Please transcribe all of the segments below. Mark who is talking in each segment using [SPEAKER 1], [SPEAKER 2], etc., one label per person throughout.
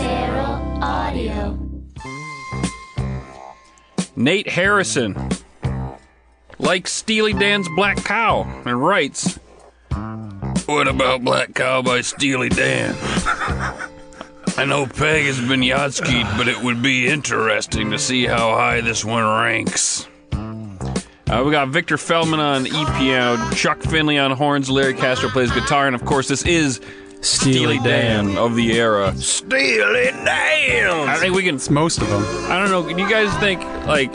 [SPEAKER 1] Feral Audio.
[SPEAKER 2] Nate Harrison likes Steely Dan's Black Cow and writes, What about Black Cow by Steely Dan? I know Peg has been Yatskied, but it would be interesting to see how high this one ranks. Uh, we got Victor Feldman on E piano, Chuck Finley on horns, Larry Castro plays guitar, and of course, this is Steely Dan of the era. Steely Dan! I think we can
[SPEAKER 3] It's most of them.
[SPEAKER 2] I don't know. Do you guys think, like,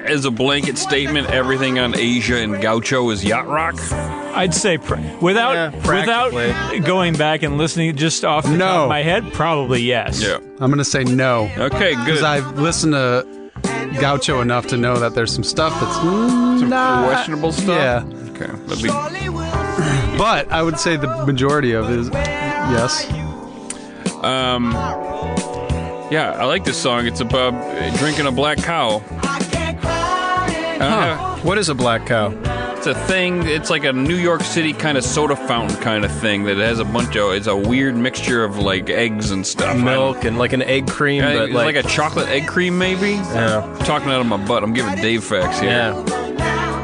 [SPEAKER 2] as a blanket statement, everything on Asia and Gaucho is yacht rock?
[SPEAKER 4] I'd say pr- without
[SPEAKER 3] Yeah,
[SPEAKER 4] without
[SPEAKER 3] practically.
[SPEAKER 4] going back and listening just off the
[SPEAKER 3] No.
[SPEAKER 4] top of my head, probably yes.
[SPEAKER 3] I'm gonna say no
[SPEAKER 2] Okay, good.
[SPEAKER 3] because I've listened to Gaucho enough to know that there's some stuff that's not
[SPEAKER 2] questionable stuff?
[SPEAKER 3] Yeah,
[SPEAKER 2] Okay. that'd be-
[SPEAKER 3] but I would say the majority of it is yes.
[SPEAKER 2] um, yeah, I like this song. It's about uh, drinking a black cow. I don't know.
[SPEAKER 5] What is a black cow?
[SPEAKER 2] It's a thing. It's like a New York City kind of soda fountain kind of thing that has a bunch of. It's a weird mixture of like eggs and stuff. I don't-
[SPEAKER 5] Milk and like an egg cream,
[SPEAKER 2] Yeah,
[SPEAKER 5] but
[SPEAKER 2] it's like,
[SPEAKER 5] like,
[SPEAKER 2] a chocolate egg cream, maybe.
[SPEAKER 5] Yeah.
[SPEAKER 2] Talking out of my butt. I'm giving Dave facts here.
[SPEAKER 5] yeah.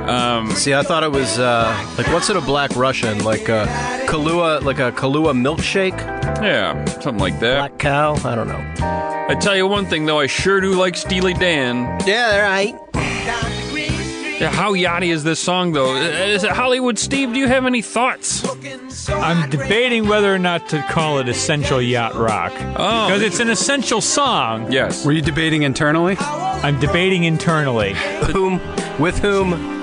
[SPEAKER 2] Um,
[SPEAKER 5] See, I thought it was uh, like what's it a black Russian like a Kahlua like a Kahlua milkshake?
[SPEAKER 2] Yeah, something like that.
[SPEAKER 5] Black cow? I don't know.
[SPEAKER 2] I tell you one thing though, I sure do like Steely Dan.
[SPEAKER 5] Yeah, they're right.
[SPEAKER 2] Yeah, How yachty is this song though? Uh, Is it Hollywood Steve? Do you have any thoughts?
[SPEAKER 4] I'm debating whether or not to call it essential yacht rock
[SPEAKER 2] Oh.
[SPEAKER 4] because it's an essential song.
[SPEAKER 2] Yes.
[SPEAKER 3] Were you debating internally?
[SPEAKER 4] I'm debating internally.
[SPEAKER 5] Whom? With whom?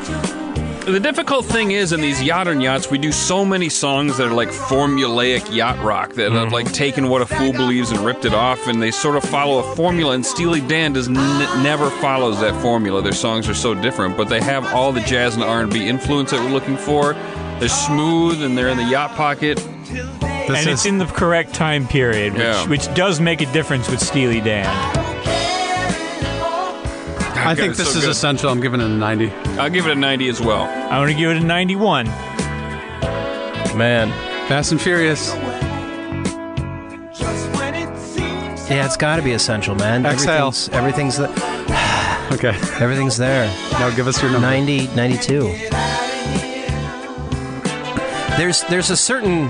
[SPEAKER 2] The difficult thing is in these yachtern yachts, we do so many songs that are like formulaic yacht rock that have like taken what a fool believes and ripped it off, and they sort of follow a formula. And Steely Dan does n- never follows that formula. Their songs are so different, but they have all the jazz and R and B influence that we're looking for. They're smooth and they're in the yacht pocket.
[SPEAKER 3] This
[SPEAKER 4] and it's in the correct time period, which,
[SPEAKER 2] Yeah.
[SPEAKER 4] which does make a difference with Steely Dan.
[SPEAKER 3] I think
[SPEAKER 2] it's
[SPEAKER 3] this
[SPEAKER 2] so
[SPEAKER 3] is
[SPEAKER 2] good.
[SPEAKER 3] essential. I'm giving it a 90.
[SPEAKER 2] I'll give it a 90 as well.
[SPEAKER 4] I want to give it a 91.
[SPEAKER 5] Man.
[SPEAKER 3] Fast and Furious.
[SPEAKER 5] Yeah, it's got to be essential, man.
[SPEAKER 3] Exhale.
[SPEAKER 5] Everything's everything's, th-
[SPEAKER 3] Okay,
[SPEAKER 5] everything's there.
[SPEAKER 3] now give us your number.
[SPEAKER 5] 90, 92. There's there's a certain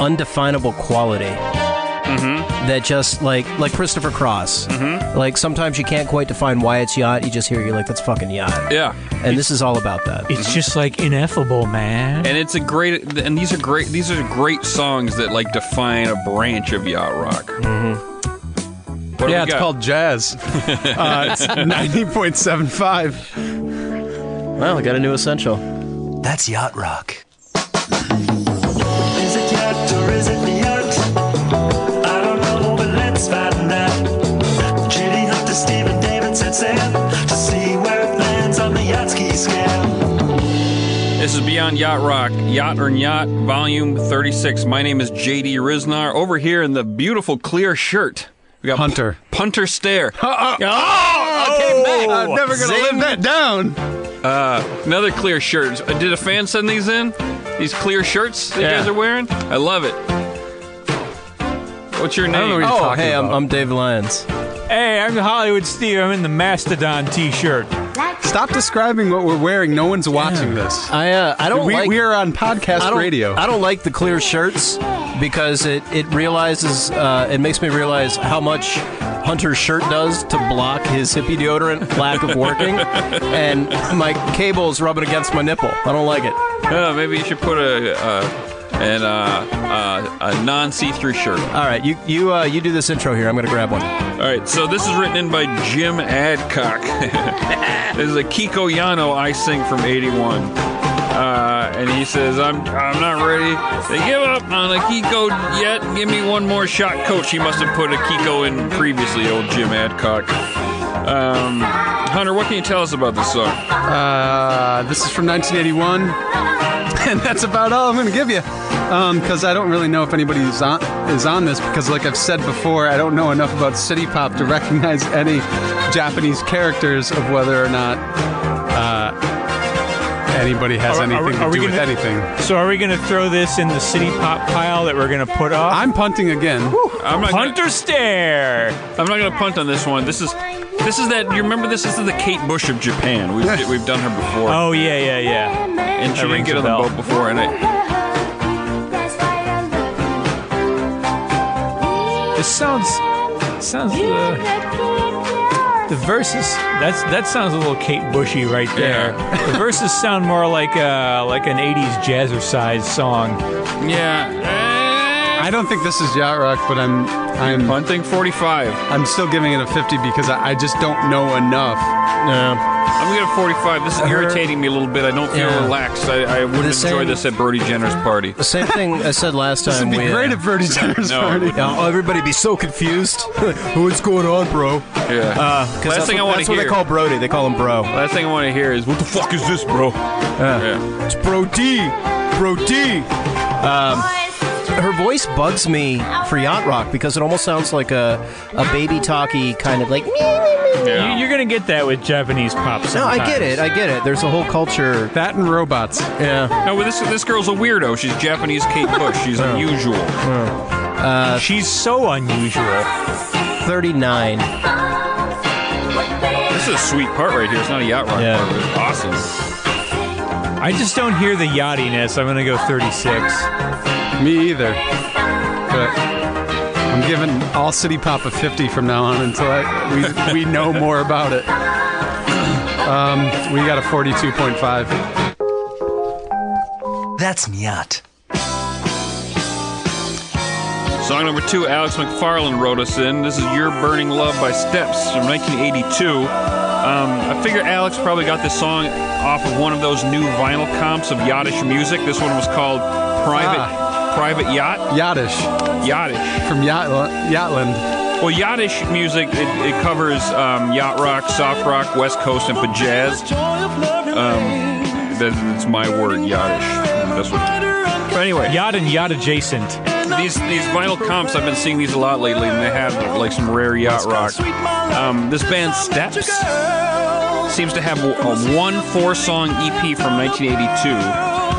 [SPEAKER 5] undefinable quality that just like like Christopher Cross. Like sometimes you can't quite define why it's yacht. You just hear you're like that's fucking yacht.
[SPEAKER 2] Yeah.
[SPEAKER 5] And this is all about that.
[SPEAKER 2] Mm-hmm.
[SPEAKER 4] It's just like ineffable, man.
[SPEAKER 2] And it's a great, and these are great, these are great songs that like define a branch of yacht rock. Mm-hmm. What do
[SPEAKER 3] Yeah,
[SPEAKER 2] we
[SPEAKER 3] it's
[SPEAKER 2] got?
[SPEAKER 3] called jazz. uh, it's 90.75.
[SPEAKER 5] Well, I got a new essential. That's yacht rock.
[SPEAKER 6] Is it yacht or is it the yacht? I don't know, but let's find out. Judy Hunter, Stephen David set sail to see where it lands on the yacht ski scale.
[SPEAKER 2] This is Beyond Yacht Rock, Yacht or Yacht, Volume 36. My name is JD Riznar. Over here in the beautiful clear shirt, we got
[SPEAKER 3] Hunter.
[SPEAKER 2] P- Punter Stare.
[SPEAKER 3] Uh, uh,
[SPEAKER 2] Oh,
[SPEAKER 3] I'm never gonna live that down.
[SPEAKER 2] Another clear shirt. Uh, Did a fan send these in? These clear shirts that
[SPEAKER 5] Yeah.
[SPEAKER 2] you guys are wearing? I love it. What's your name?
[SPEAKER 3] don't know what you're
[SPEAKER 5] Oh,
[SPEAKER 3] talking
[SPEAKER 5] hey, I'm,
[SPEAKER 3] about?
[SPEAKER 5] I'm Dave Lyons.
[SPEAKER 4] Hey, I'm Hollywood Steve. I'm in the Mastodon t-shirt.
[SPEAKER 3] Stop describing what we're wearing. No one's watching this.
[SPEAKER 5] I uh, I don't
[SPEAKER 3] We,
[SPEAKER 5] like
[SPEAKER 3] we are on
[SPEAKER 5] I
[SPEAKER 3] podcast
[SPEAKER 5] don't,
[SPEAKER 3] radio.
[SPEAKER 5] I don't like the clear shirts because it it realizes uh, it makes me realize how much Hunter's shirt does to block his hippie deodorant lack of working, and my cable's rubbing against my nipple. I don't like it.
[SPEAKER 2] Uh, maybe you should put a uh, an, uh, uh, a non see through shirt. on.
[SPEAKER 5] All right, you you uh, you do this intro here. I'm gonna grab one.
[SPEAKER 2] All right, so this is written in by Jim Adcock. this is a Kiko Yano I sing from '81, uh, and he says, "I'm I'm not ready to give up on a Kiko yet. Give me one more shot, coach." He must have put a Kiko in previously, old Jim Adcock. Um, Hunter, what can you tell us about this song?
[SPEAKER 3] Uh, this is from 1981, and that's about all I'm going to give you. Because I don't really know if anybody is on, is on this, because like I've said before, I don't know enough about city pop to recognize any Japanese characters of whether or not uh, anybody has
[SPEAKER 4] Are- are-
[SPEAKER 3] anything
[SPEAKER 4] are
[SPEAKER 3] to
[SPEAKER 4] we
[SPEAKER 3] do with
[SPEAKER 4] gonna-
[SPEAKER 3] anything.
[SPEAKER 4] So are we going to throw this in the city pop pile that we're going to put up?
[SPEAKER 3] I'm punting again.
[SPEAKER 2] I'm not
[SPEAKER 4] Hunter stare.
[SPEAKER 2] Gonna, I'm not gonna punt on this one. This is this is that. You remember this, this is the Kate Bush of Japan. We've we've done her before,
[SPEAKER 4] Oh yeah, yeah, yeah.
[SPEAKER 2] and she
[SPEAKER 4] that
[SPEAKER 2] didn't
[SPEAKER 4] rings
[SPEAKER 2] get
[SPEAKER 4] a
[SPEAKER 2] on the
[SPEAKER 4] bell.
[SPEAKER 2] boat before. And I,
[SPEAKER 4] This sounds sounds uh, the verses. That's that sounds a little Kate Bushy right there. the verses sound more like uh like an '80s jazzercise song.
[SPEAKER 2] yeah,
[SPEAKER 3] I don't think this is yacht rock, but I'm I'm
[SPEAKER 2] punting 45.
[SPEAKER 3] I'm still giving it a 50 because I, I just don't know enough.
[SPEAKER 2] I'm gonna 45. This is irritating me a little bit. I don't feel
[SPEAKER 5] Yeah.
[SPEAKER 2] relaxed. I, I would
[SPEAKER 5] The
[SPEAKER 2] enjoy
[SPEAKER 5] same-
[SPEAKER 2] this at Bertie Jenner's party.
[SPEAKER 5] The same thing I said last time.
[SPEAKER 3] This would be
[SPEAKER 5] we, uh,
[SPEAKER 3] great at Verdi Jenner's
[SPEAKER 2] No, it
[SPEAKER 3] party.
[SPEAKER 2] wouldn't.
[SPEAKER 5] Oh, everybody be so confused. What's going on, bro?
[SPEAKER 2] Yeah.
[SPEAKER 5] Uh, 'cause
[SPEAKER 2] Last
[SPEAKER 5] that's
[SPEAKER 2] thing
[SPEAKER 5] what,
[SPEAKER 2] I wanna
[SPEAKER 5] That's what they
[SPEAKER 2] hear.
[SPEAKER 5] call Brody. They call him Bro.
[SPEAKER 2] Last thing I want to hear is what the fuck is this, bro? Yeah.
[SPEAKER 5] It's Bro D. Bro D. um, Her voice bugs me for yacht rock because it almost sounds like a a baby talkie kind of like. "Meow, meow, meow."
[SPEAKER 2] Yeah.
[SPEAKER 4] You, are gonna get that with Japanese pop.
[SPEAKER 5] No, I
[SPEAKER 4] Sometimes.
[SPEAKER 5] get it. I get it. There's a whole culture.
[SPEAKER 3] That and robots.
[SPEAKER 5] Yeah.
[SPEAKER 2] No, but this this girl's a weirdo. She's Japanese Kate Bush. She's unusual.
[SPEAKER 4] She's so unusual.
[SPEAKER 5] 39.
[SPEAKER 2] This is a sweet part right here. It's not a yacht rock
[SPEAKER 5] Yeah.
[SPEAKER 2] part, but it's awesome.
[SPEAKER 4] I just don't hear the yachtiness. I'm gonna go 36.
[SPEAKER 3] Me either. But I'm giving all City Pop a 50 from now on until I, we, we know more about it. Um, we got a 42.5.
[SPEAKER 6] That's Nyat.
[SPEAKER 2] Song number two, Alex McFarlane wrote us in. This is Your Burning Love by Steps from 1982. Um, I figure Alex probably got this song off of one of those new vinyl comps of yachtish music. This one was called Private Private Yacht
[SPEAKER 3] Yachtish
[SPEAKER 2] Yachtish.
[SPEAKER 3] from yacht, Yachtland.
[SPEAKER 2] Well, yachtish music it, it covers um, yacht rock, soft rock, West Coast, and jazz. Um, that, that's my word, yachtish. That's what. But anyway,
[SPEAKER 4] Yacht and yacht adjacent.
[SPEAKER 2] these these vinyl comps I've been seeing these a lot lately, and they have like some rare yacht rock. Um, this band Steps seems to have a one four song EP from 1982,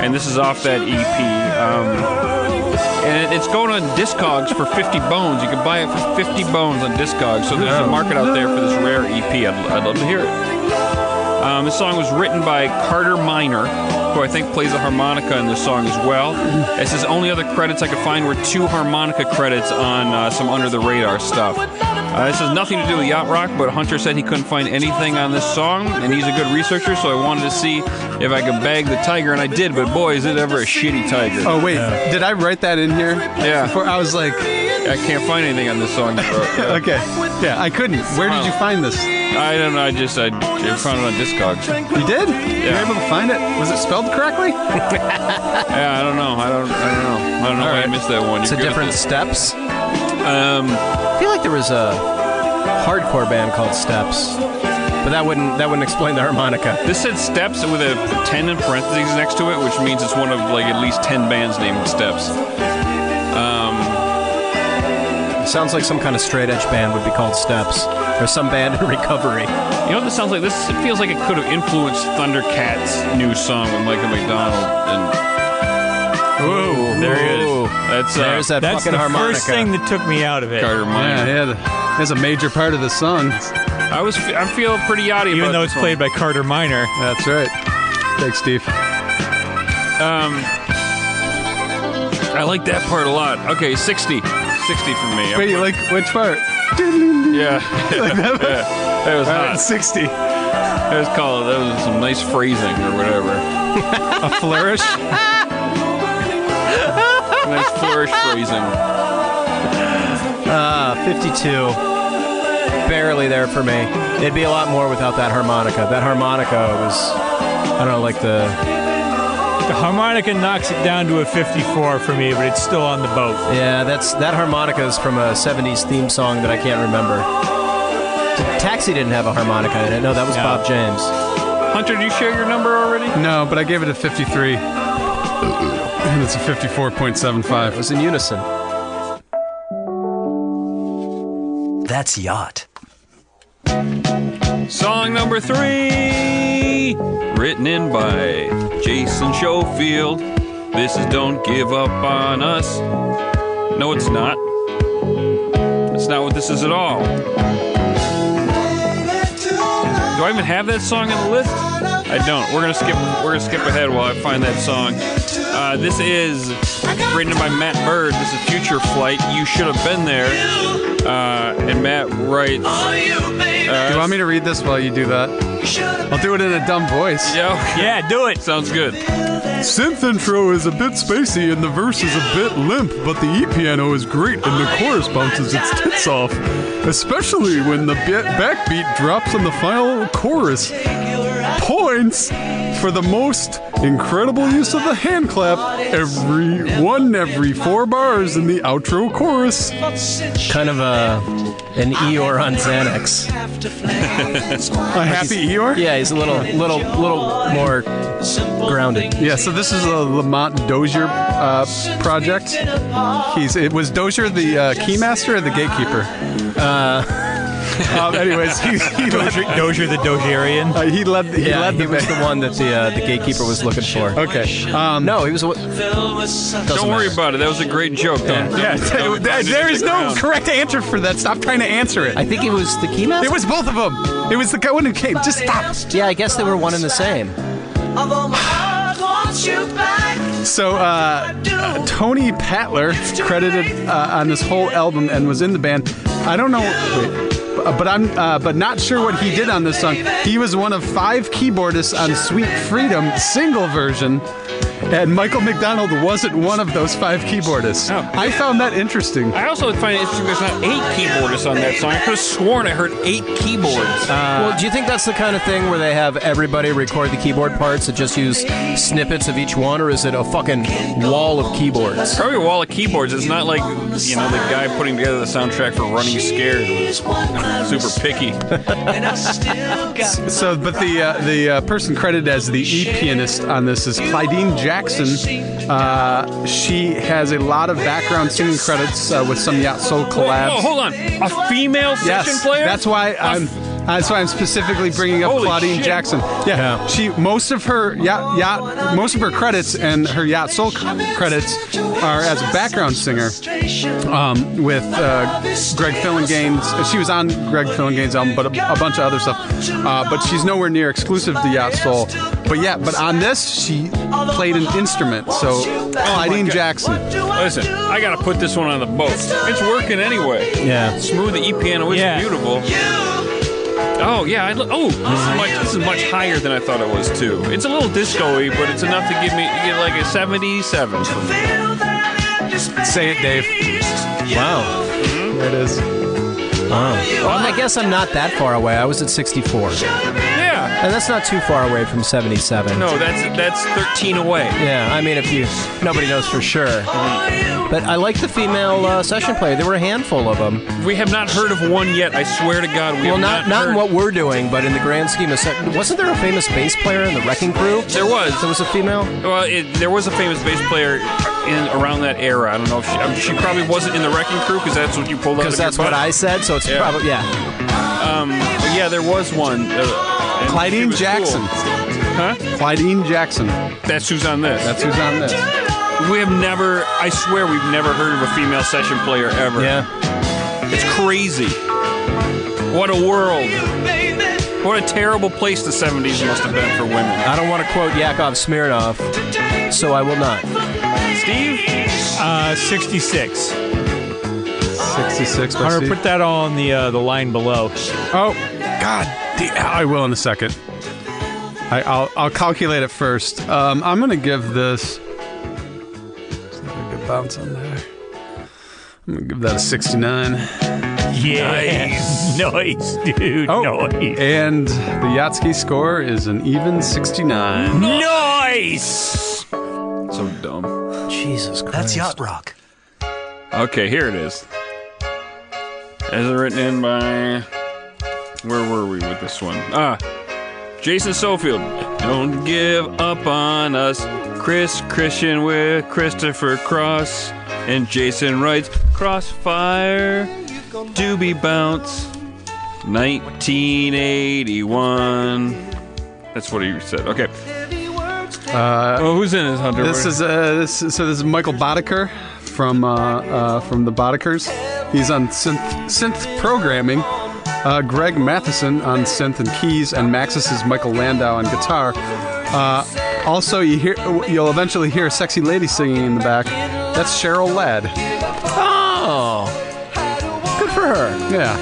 [SPEAKER 2] and this is off that EP. Um, and it- it's going on Discogs for 50 bones. You can buy it for 50 bones on Discogs. So there's a market out there for this rare EP. I'd, I'd love to hear it. Um, this song was written by Carter Minor, who I think plays a harmonica in this song as well. It says only other credits I could find were two harmonica credits on uh, some under the radar stuff. Uh, this has nothing to do with yacht rock, but Hunter said he couldn't find anything on this song, and he's a good researcher, so I wanted to see if I could bag the tiger, and I did. But boy, is it ever a shitty tiger!
[SPEAKER 3] Oh, wait. Did I write that in here?
[SPEAKER 2] Yeah.
[SPEAKER 3] Before I was like,
[SPEAKER 2] I can't find anything on this song. you wrote. Yeah.
[SPEAKER 3] okay. Yeah, I couldn't. Where did you find this?
[SPEAKER 2] I don't know. I just I I found it on Discogs.
[SPEAKER 3] You did? You were able to find it? Was it spelled correctly?
[SPEAKER 2] Yeah, I don't know. I don't. I don't know. I don't know. why I missed that one.
[SPEAKER 5] It's a
[SPEAKER 2] You're good at
[SPEAKER 5] different
[SPEAKER 2] this.
[SPEAKER 5] steps. I
[SPEAKER 2] Um,
[SPEAKER 5] feel like there was a hardcore band called Steps, but that wouldn't that wouldn't explain the harmonica.
[SPEAKER 2] this said steps with a ten in parentheses next to it, which means it's one of like at least ten bands named Steps.
[SPEAKER 5] It sounds like some kind of straight edge band would be called Steps, or some band in recovery.
[SPEAKER 2] You know what this sounds like? This it feels like it could have influenced Thundercats' new song with Michael McDonald. And
[SPEAKER 4] Whoa, there it is.
[SPEAKER 5] Ooh,
[SPEAKER 2] that's uh,
[SPEAKER 5] There's that
[SPEAKER 4] That's
[SPEAKER 5] fucking
[SPEAKER 4] the
[SPEAKER 5] harmonica.
[SPEAKER 4] first thing that took me out of it.
[SPEAKER 2] Carter
[SPEAKER 3] Yeah,
[SPEAKER 2] Minor.
[SPEAKER 3] yeah. the- That's a major part of the song.
[SPEAKER 2] I was fe- I'm feeling pretty yachty
[SPEAKER 4] Even
[SPEAKER 2] about
[SPEAKER 4] though
[SPEAKER 2] this
[SPEAKER 4] it's
[SPEAKER 2] one.
[SPEAKER 4] played by Carter Minor.
[SPEAKER 3] That's right. Thanks, Steve.
[SPEAKER 2] Um, I like that part a lot. Okay, 60. 60 for me.
[SPEAKER 3] Wait, like which part?
[SPEAKER 2] Yeah. yeah. That was hot.
[SPEAKER 3] 60.
[SPEAKER 2] That was called, that was some nice phrasing or whatever.
[SPEAKER 3] A flourish?
[SPEAKER 2] Nice flourish phrasing.
[SPEAKER 5] Uh, 52. Barely there for me. It'd be a lot more without that harmonica. That harmonica was, I don't know, like the
[SPEAKER 4] The harmonica knocks it down to a 54 for me, but it's still on the boat.
[SPEAKER 5] yeah. That's that harmonica is from a 70s theme song that I can't remember. Taxi didn't have a harmonica in it. No, that was Bob James.
[SPEAKER 2] Hunter, did you share your number already?
[SPEAKER 3] No, but I gave it a 53. And it's a
[SPEAKER 5] It
[SPEAKER 3] 54.75.
[SPEAKER 5] was in unison.
[SPEAKER 6] That's Yacht.
[SPEAKER 2] Song number three, written in by Jason Schofield. This is Don't Give Up on Us. No, it's not. That's not what this is at all. Do I even have that song on the list? I don't. We're gonna skip. We're gonna skip ahead while I find that song. Uh, this is written by Matt Bird. This is Future Flight. You should have been there. Uh, and Matt writes.
[SPEAKER 3] Do you want me to read this while you do that? I'll do it in a dumb voice.
[SPEAKER 2] Yeah, okay.
[SPEAKER 4] Yeah, do it.
[SPEAKER 2] Sounds good.
[SPEAKER 3] Synth intro is a bit spacey and the verse is a bit limp, but the E piano is great and the chorus bounces its tits off, especially when the be- backbeat drops on the final chorus. Points for the most incredible use of the hand clap every one every four bars in the outro chorus.
[SPEAKER 5] Kind of a an Eeyore on Xanax.
[SPEAKER 3] A happy Eeyore?
[SPEAKER 5] Yeah, he's a little, little, little more grounded.
[SPEAKER 3] Yeah, so this is a Lamont Dozier uh, project. He's it was Dozier the uh, keymaster or the gatekeeper. Uh, um, anyways, he, he led,
[SPEAKER 4] Dozier, Dozier the Dozierian.
[SPEAKER 3] uh, he led he
[SPEAKER 5] Yeah,
[SPEAKER 3] led
[SPEAKER 5] he
[SPEAKER 3] the
[SPEAKER 5] was the one that the uh, the gatekeeper was looking for.
[SPEAKER 3] Okay. Um,
[SPEAKER 5] No, he was. the one- Doesn't
[SPEAKER 2] Don't worry
[SPEAKER 5] matter.
[SPEAKER 2] about it. That was a great joke. Don't, don't-
[SPEAKER 3] yeah,
[SPEAKER 2] don't- don't-
[SPEAKER 3] there- there is no correct answer for that. Stop trying to answer it.
[SPEAKER 5] I think he was the keymaster.
[SPEAKER 3] It was both of them. It was the guy one who came. Just stop.
[SPEAKER 5] Yeah, I guess they were one and the same.
[SPEAKER 3] So uh, uh, Tony Patler credited uh, on this whole album and was in the band. I don't know, wait, b- but I'm uh, but not sure what he did on this song. He was one of five keyboardists on Sweet Freedom single version. And Michael McDonald wasn't one of those five keyboardists.
[SPEAKER 2] Oh.
[SPEAKER 3] I found that interesting.
[SPEAKER 2] I also find it interesting there's not eight keyboardists on that song. I could have sworn I heard eight keyboards.
[SPEAKER 5] well, do you think that's the kind of thing where they have everybody record the keyboard parts and just use snippets of each one, or is it a fucking wall of keyboards?
[SPEAKER 2] Probably a wall of keyboards. It's not like, you know, the guy putting together the soundtrack for Running Scared was super picky.
[SPEAKER 3] So, but the uh, the uh, person credited as the E pianist on this is Clydeen Jackson. Uh, she has a lot of background singing credits uh, with some Yacht Soul collabs.
[SPEAKER 2] Oh, hold on. A female session
[SPEAKER 3] yes,
[SPEAKER 2] player?
[SPEAKER 3] that's why I'm. That's why I'm specifically bringing up
[SPEAKER 2] Holy
[SPEAKER 3] Claudine
[SPEAKER 2] shit.
[SPEAKER 3] Jackson. Yeah,
[SPEAKER 5] Yeah.
[SPEAKER 3] she most of her yacht, yacht, most of her credits and her yacht soul c- credits are as a background singer um, with uh, Greg Fillingane's. She was on Greg Fillingane's album, but a, a bunch of other stuff. Uh, but she's nowhere near exclusive to yacht soul. But yeah, but on this she played an instrument. So Claudine
[SPEAKER 2] Oh God.
[SPEAKER 3] Jackson.
[SPEAKER 2] Listen, I got to put this one on the boat. It's working anyway.
[SPEAKER 5] Yeah.
[SPEAKER 2] Smooth the E piano is
[SPEAKER 4] Yeah.
[SPEAKER 2] beautiful. Oh yeah, I, lo- oh this is much this is much higher than I thought it was too. It's a little disco-y, but it's enough to give me get like a 77 for me.
[SPEAKER 3] Say it, Dave.
[SPEAKER 5] Wow.
[SPEAKER 3] There it is.
[SPEAKER 5] Well, I guess I'm not that far away. I was at 64, and
[SPEAKER 2] Yeah.
[SPEAKER 5] that's not too far away from 77.
[SPEAKER 2] No, that's that's 13 away.
[SPEAKER 5] Yeah, I mean, if you nobody knows for sure, but I like the female uh, session player. There were a handful of them.
[SPEAKER 2] We have not heard of one yet. I swear to God, we
[SPEAKER 5] Well,
[SPEAKER 2] have
[SPEAKER 5] not not in
[SPEAKER 2] heard.
[SPEAKER 5] what we're doing, but in the grand scheme of se- wasn't there a famous bass player in the Wrecking Crew?
[SPEAKER 2] There was.
[SPEAKER 5] There was a female.
[SPEAKER 2] Well, it, there was a famous bass player in around that era. I don't know if she, I mean, she probably wasn't in the Wrecking Crew because that's what you pulled out.
[SPEAKER 5] Because
[SPEAKER 2] of your
[SPEAKER 5] that's what
[SPEAKER 2] butt.
[SPEAKER 5] I said, so it's
[SPEAKER 2] Yeah.
[SPEAKER 5] probably yeah.
[SPEAKER 2] But yeah, there was one. Uh, and she
[SPEAKER 3] Clydeen
[SPEAKER 2] was
[SPEAKER 3] Jackson.
[SPEAKER 2] cool.
[SPEAKER 3] Clydeen Jackson.
[SPEAKER 2] That's who's on this.
[SPEAKER 3] That's who's on this.
[SPEAKER 2] we have never. I swear, we've never heard of a female session player ever.
[SPEAKER 5] Yeah.
[SPEAKER 2] It's crazy. What a world. What a terrible place the 70s must have been for women.
[SPEAKER 5] I don't want to quote Yakov Smirnov, so I will not.
[SPEAKER 2] Steve?
[SPEAKER 4] Uh, 66.
[SPEAKER 3] 66 by
[SPEAKER 4] Hunter,
[SPEAKER 3] Steve.
[SPEAKER 4] put that all on the uh, the line below.
[SPEAKER 3] Oh, God. da- I will in a second. I, I'll, I'll calculate it first. Um, I'm going to give this. Let's have a good bounce on there. I'm going to give that a 69.
[SPEAKER 4] Yeah. Nice, dude.
[SPEAKER 3] Oh,
[SPEAKER 4] Nice.
[SPEAKER 3] and the Yatsky score is an even 69.
[SPEAKER 4] Nice.
[SPEAKER 2] So dumb.
[SPEAKER 5] Jesus Christ.
[SPEAKER 6] That's yacht rock.
[SPEAKER 2] Okay, here it is. As it written in by where were we with this one? Ah, Jason Sofield. Don't give up on us. Chris Christian with Christopher Cross and Jason writes Crossfire, Doobie Bounce, 1981. That's what he said. Okay. well, who's in this, Hunter?
[SPEAKER 3] Uh, This is uh, this is- so this is Michael Boddicker from uh, uh, from the Boddickers. He's on synth synth programming. Uh, Greg Matheson on synth and keys, and Maxis is Michael Landau on guitar. Uh, also, you hear you'll eventually hear a sexy lady singing in the back. That's Cheryl Ladd.
[SPEAKER 5] Oh,
[SPEAKER 3] Good for her. Yeah,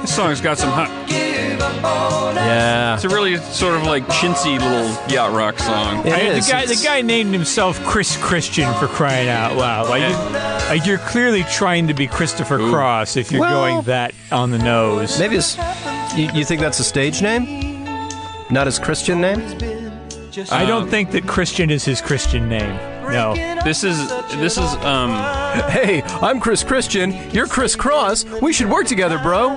[SPEAKER 2] this song's got some hot.
[SPEAKER 5] yeah.
[SPEAKER 2] It's a really sort of like chintzy little yacht rock song.
[SPEAKER 5] It
[SPEAKER 4] I-
[SPEAKER 5] is.
[SPEAKER 4] the guy, the
[SPEAKER 5] It's-
[SPEAKER 4] guy named himself Chris Christian for crying out loud. Like, you, like you're clearly trying to be Christopher Cross if you're
[SPEAKER 5] Well-
[SPEAKER 4] going that on the nose.
[SPEAKER 5] Maybe it's. You, you think that's a stage name? Not his Christian name?
[SPEAKER 4] I don't think that Christian is his Christian name. No.
[SPEAKER 2] This is this is um
[SPEAKER 5] Hey, I'm Chris Christian. You're Chris Cross. We should work together, bro.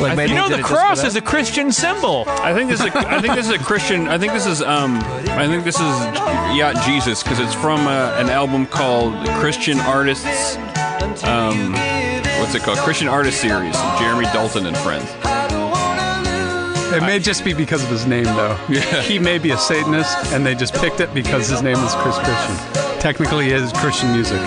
[SPEAKER 5] Like maybe
[SPEAKER 4] You
[SPEAKER 5] he
[SPEAKER 4] know
[SPEAKER 5] did
[SPEAKER 4] the
[SPEAKER 5] it just for
[SPEAKER 4] cross
[SPEAKER 5] that.
[SPEAKER 4] is a Christian symbol.
[SPEAKER 2] I think this is a, I think this is a Christian. I think this is um I think this is Yacht Jesus because it's from uh, an album called Christian Artists. Um, what's it called? Christian Artist Series. Jeremy Dalton and friends.
[SPEAKER 3] it may just be because of his name though. He may be a Satanist, and they just picked it because his name is Chris Christian. Technically, it is Christian music.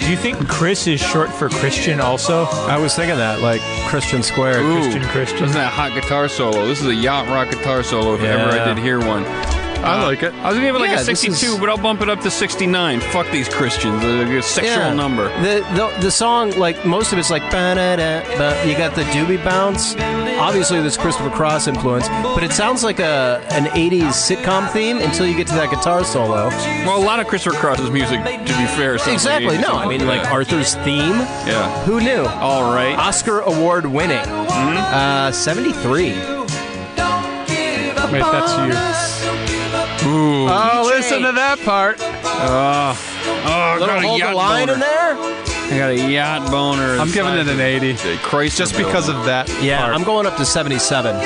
[SPEAKER 4] Do you think Chris is short for Christian also?
[SPEAKER 5] I was thinking that, like Christian Square.
[SPEAKER 2] Ooh,
[SPEAKER 4] Christian Christian.
[SPEAKER 2] Isn't that hot guitar solo? This is a yacht rock guitar solo. If ever I
[SPEAKER 5] Yeah.
[SPEAKER 2] did hear one. Uh,
[SPEAKER 3] I like it.
[SPEAKER 2] I was gonna give it like
[SPEAKER 5] Yeah,
[SPEAKER 2] a
[SPEAKER 5] this
[SPEAKER 2] 62,
[SPEAKER 5] is-
[SPEAKER 2] but I'll bump it up to 69. Fuck these Christians. They're a sexual
[SPEAKER 5] Yeah.
[SPEAKER 2] number.
[SPEAKER 5] The, the the song, like most of it's like ba-da-da, but you got the doobie bounce. Obviously, there's Christopher Cross influence, but it sounds like a an '80s sitcom theme until you get to that guitar solo.
[SPEAKER 2] Well, a lot of Christopher Cross's music, to be fair. sounds like
[SPEAKER 5] Exactly.
[SPEAKER 2] 80s.
[SPEAKER 5] No, I mean like
[SPEAKER 2] Yeah.
[SPEAKER 5] Arthur's theme.
[SPEAKER 2] Yeah.
[SPEAKER 5] Who knew?
[SPEAKER 2] All right.
[SPEAKER 5] Oscar award winning. Uh, 73.
[SPEAKER 3] Wait, that's you.
[SPEAKER 2] Ooh.
[SPEAKER 3] Oh, listen to that part.
[SPEAKER 2] Oh, I
[SPEAKER 5] Little
[SPEAKER 2] got a
[SPEAKER 5] hold the
[SPEAKER 2] yacht
[SPEAKER 5] line
[SPEAKER 2] boner.
[SPEAKER 5] in there.
[SPEAKER 2] I got a yacht boner.
[SPEAKER 3] I'm giving it an 80.
[SPEAKER 2] Christ,
[SPEAKER 3] Just because of that.
[SPEAKER 5] Yeah,
[SPEAKER 3] part.
[SPEAKER 5] I'm going up to 77.
[SPEAKER 2] I'm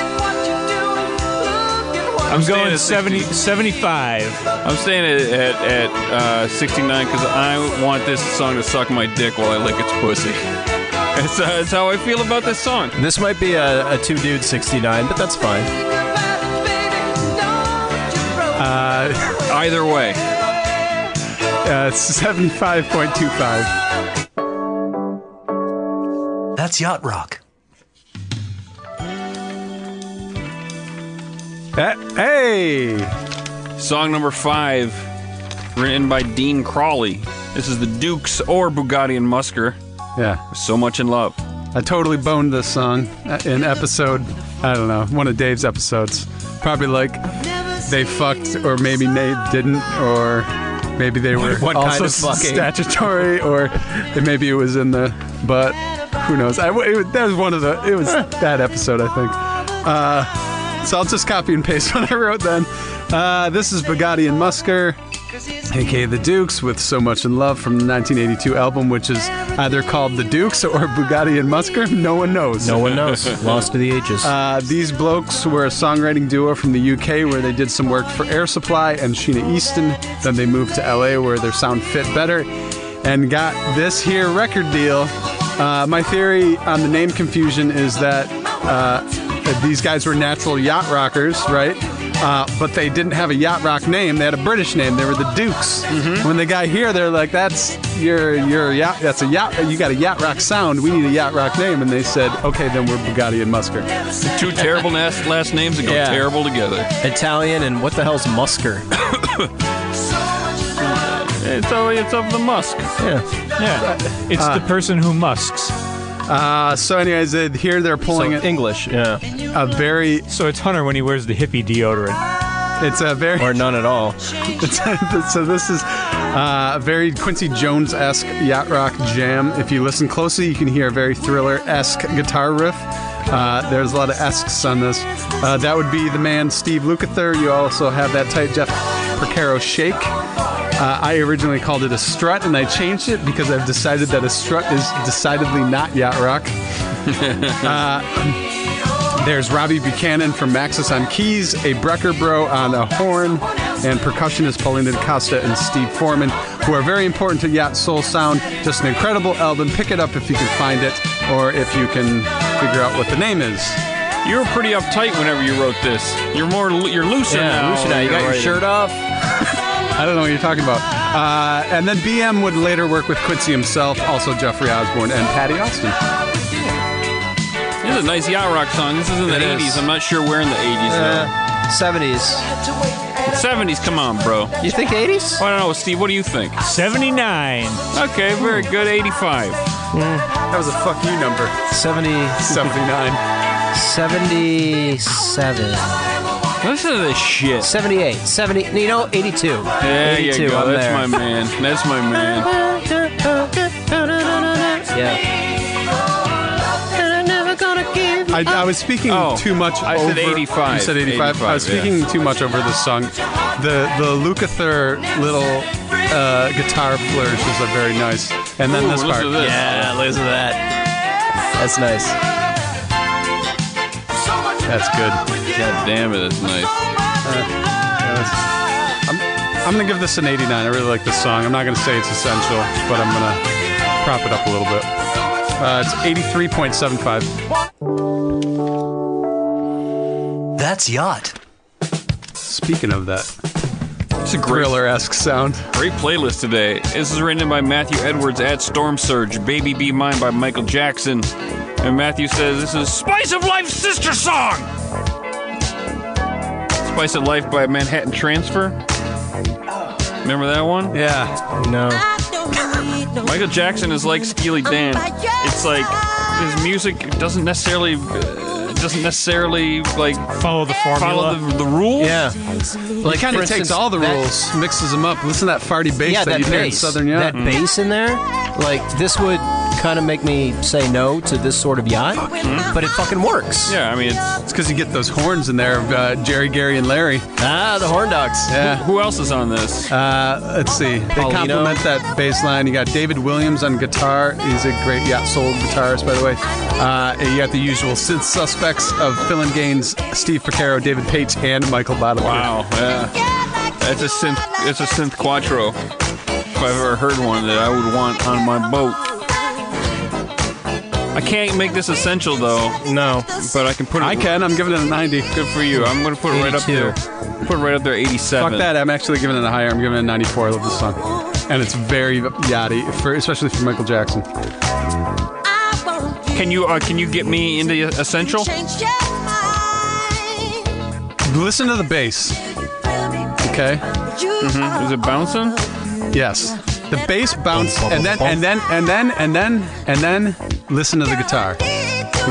[SPEAKER 4] I'm
[SPEAKER 2] staying
[SPEAKER 4] going
[SPEAKER 2] at
[SPEAKER 4] 70,
[SPEAKER 2] 60
[SPEAKER 4] 75.
[SPEAKER 2] I'm staying at at, at uh, 69 because I want this song to suck my dick while I lick its pussy. That's, uh, that's how I feel about this song.
[SPEAKER 5] This might be a, a two dude 69, but that's fine.
[SPEAKER 2] Either way,
[SPEAKER 3] Uh, it's 75.25.
[SPEAKER 6] That's yacht rock.
[SPEAKER 3] That- hey!
[SPEAKER 2] song number five, written by Dean Crawley. This is the Dukes or Bugatti and Musker.
[SPEAKER 3] Yeah,
[SPEAKER 2] So much in love.
[SPEAKER 3] I totally boned this song uh, in episode, I don't know, one of Dave's episodes. Probably like they fucked, or maybe Nate didn't, or maybe they were
[SPEAKER 5] What- what kind
[SPEAKER 3] also
[SPEAKER 5] of fucking?
[SPEAKER 3] statutory, or it- maybe it was in the, but who knows? I, it, was- that was one of the, it was that episode, I think. So I'll just copy and paste what I wrote then. Uh, this is Bugatti and Musker, aka The Dukes, with So Much in Love from the 1982 album, which is either called The Dukes or Bugatti and Musker. No one knows.
[SPEAKER 5] No one knows. Lost to the ages.
[SPEAKER 3] Uh, these blokes were a songwriting duo from the UK where they did some work for Air Supply and Sheena Easton. Then they moved to LA where their sound fit better and got this here record deal. Uh, my theory on the name confusion is that uh, that these guys were natural yacht rockers, right? Uh, but they didn't have a yacht rock name. They had a British name. They were the Dukes. When they got here, they're like, "That's your your yacht. That's a yacht. You got a yacht rock sound. We need a yacht rock name." And they said, "Okay, then we're Bugatti and Musker."
[SPEAKER 2] Two terrible last, last names that go
[SPEAKER 5] Yeah.
[SPEAKER 2] terrible together.
[SPEAKER 5] Italian and what the hell's Musker?
[SPEAKER 2] It's of, it's of the Musk.
[SPEAKER 5] yeah.
[SPEAKER 4] Yeah. It's the person who musks.
[SPEAKER 3] Uh, so, anyways, uh, here they're
[SPEAKER 5] So
[SPEAKER 3] pulling a,
[SPEAKER 5] English, yeah.
[SPEAKER 3] a very.
[SPEAKER 4] So it's Hunter when he wears the hippie deodorant.
[SPEAKER 3] It's a very.
[SPEAKER 5] Or none at all.
[SPEAKER 3] It's so this is uh, a very Quincy Jones-esque yacht rock jam. If you listen closely, you can hear a very Thriller-esque guitar riff. Uh, there's a lot of esques on this. Uh, that would be the man Steve Lukather. You also have that tight Jeff Percaro shake. Uh, I originally called it a strut, and I changed it because I've decided that a strut is decidedly not yacht rock. There's Robbie Buchanan from Maxis on keys, a Brecker bro on a horn, and percussionist Paulina DaCosta and Steve Foreman, who are very important to Yacht Soul Sound. Just an incredible album. Pick it up if you can find it, or if you can figure out what the name is.
[SPEAKER 2] You were pretty uptight whenever you wrote this. You're more, lo- you're looser now.
[SPEAKER 5] Yeah, loosen out. You got your shirt off.
[SPEAKER 3] I don't know what you're talking about. Uh, and then BM would later work with Quincy himself, also Jeffrey Osborne and Patty Austin.
[SPEAKER 2] This is a nice yacht rock song. This is in the
[SPEAKER 5] It is.
[SPEAKER 2] 80s. I'm not sure we're in the 80s now.
[SPEAKER 5] Seventies.
[SPEAKER 2] 70s, come on, bro.
[SPEAKER 5] You think eighties?
[SPEAKER 2] I don't know, Steve. What do you think?
[SPEAKER 4] 79.
[SPEAKER 2] Okay, very good. 85.
[SPEAKER 3] That was a fuck you number.
[SPEAKER 5] 70,
[SPEAKER 3] 79.
[SPEAKER 5] 77,
[SPEAKER 2] Listen to this shit.
[SPEAKER 5] 78, 70, you know, 82.
[SPEAKER 2] There
[SPEAKER 5] 82,
[SPEAKER 2] you go.
[SPEAKER 5] I'm
[SPEAKER 2] That's
[SPEAKER 5] there.
[SPEAKER 2] my man. That's my man.
[SPEAKER 5] Yeah.
[SPEAKER 3] I, I was speaking
[SPEAKER 2] Oh,
[SPEAKER 3] too much
[SPEAKER 2] I said
[SPEAKER 3] over-
[SPEAKER 2] 85.
[SPEAKER 3] You said 85? I was
[SPEAKER 2] 85, yeah.
[SPEAKER 3] speaking too much over this song. The the Lukather little uh, guitar flourishes are very nice. And then
[SPEAKER 2] Ooh,
[SPEAKER 3] this
[SPEAKER 2] listen
[SPEAKER 3] part.
[SPEAKER 2] to this.
[SPEAKER 5] Yeah, listen to that. That's nice.
[SPEAKER 3] That's good.
[SPEAKER 2] God damn it, that's nice.
[SPEAKER 3] I'm going to give this an 89. I really like this song. I'm not going to say it's essential, but I'm going to prop it up a little bit. Uh, it's 83.75.
[SPEAKER 6] That's yacht.
[SPEAKER 3] Speaking of that
[SPEAKER 2] It's a great,
[SPEAKER 3] thriller esque sound.
[SPEAKER 2] great playlist today. This is written in by Matthew Edwards at Storm Surge. Baby Be Mine by Michael Jackson. And Matthew says this is Spice of Life's sister song. Spice of Life by Manhattan Transfer. Remember that one?
[SPEAKER 3] Yeah.
[SPEAKER 5] No.
[SPEAKER 2] Michael Jackson is like Steely Dan. It's like his music doesn't necessarily uh, doesn't necessarily like
[SPEAKER 4] Follow the formula.
[SPEAKER 2] follow the, the rules.
[SPEAKER 5] Yeah.
[SPEAKER 3] Like, kind
[SPEAKER 5] for
[SPEAKER 3] of takes
[SPEAKER 5] instance,
[SPEAKER 3] all the
[SPEAKER 5] that-
[SPEAKER 3] rules, mixes them up. Listen to that farty bass
[SPEAKER 5] yeah,
[SPEAKER 3] that,
[SPEAKER 5] that
[SPEAKER 3] you hear in
[SPEAKER 5] bass.
[SPEAKER 3] Southern Mm-hmm. Yacht.
[SPEAKER 5] That bass in there, like, this would kind of make me say no to this sort of yacht,
[SPEAKER 3] Mm-hmm.
[SPEAKER 5] but it fucking works.
[SPEAKER 2] Yeah, I mean, it's,
[SPEAKER 3] It's because you get those horns in there of uh, Jerry, Gary, and Larry.
[SPEAKER 5] Ah, the horn dogs.
[SPEAKER 3] Yeah.
[SPEAKER 2] who else is on this?
[SPEAKER 3] Uh, let's see. They
[SPEAKER 5] Paulino.
[SPEAKER 3] complement that bass line. You got David Williams on guitar. He's a great yacht soul guitarist, by the way. Uh, and you got the usual synth suspects of Phil and Gaines, Steve Picaro, David Pate, and Michael Bottomley.
[SPEAKER 2] wow, yeah, that's a synth. That's a synth quattro. If I've ever heard one that I would want on my boat. I can't make this essential though,
[SPEAKER 5] No.
[SPEAKER 2] but I can put it.
[SPEAKER 3] I can. I'm giving it a 90.
[SPEAKER 2] Good for you. I'm gonna put it right up
[SPEAKER 5] 82.
[SPEAKER 2] there. Put it right up there. 87.
[SPEAKER 3] Fuck that. I'm actually giving it a higher. I'm giving it a 94. I love this song. And it's very yachty, for, especially for Michael Jackson.
[SPEAKER 2] Can you uh, can you get me into essential?
[SPEAKER 7] Change your mind.
[SPEAKER 3] Listen to the bass, okay?
[SPEAKER 7] You
[SPEAKER 3] Mm-hmm.
[SPEAKER 7] are
[SPEAKER 2] Is it bouncing?
[SPEAKER 3] Yes. The bass bounce, and then and then and then and then and then listen to the guitar.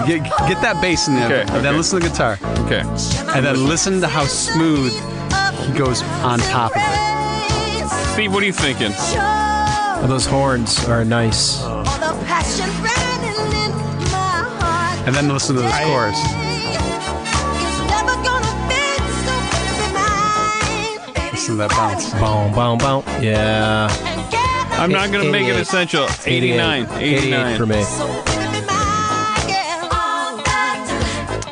[SPEAKER 3] Get, get that bass in there,
[SPEAKER 2] Okay,
[SPEAKER 3] and then
[SPEAKER 2] okay.
[SPEAKER 3] listen to the guitar,
[SPEAKER 2] Okay.
[SPEAKER 3] and then listen to how smooth he goes on top of it.
[SPEAKER 2] Steve, what are you thinking?
[SPEAKER 5] Those horns are nice.
[SPEAKER 3] Oh. And then listen to this chorus. Listen to that bounce.
[SPEAKER 5] Boom, boom, boom. Yeah.
[SPEAKER 2] I'm not gonna make it
[SPEAKER 5] 88.
[SPEAKER 2] essential. 89. 89.
[SPEAKER 5] 88 for me.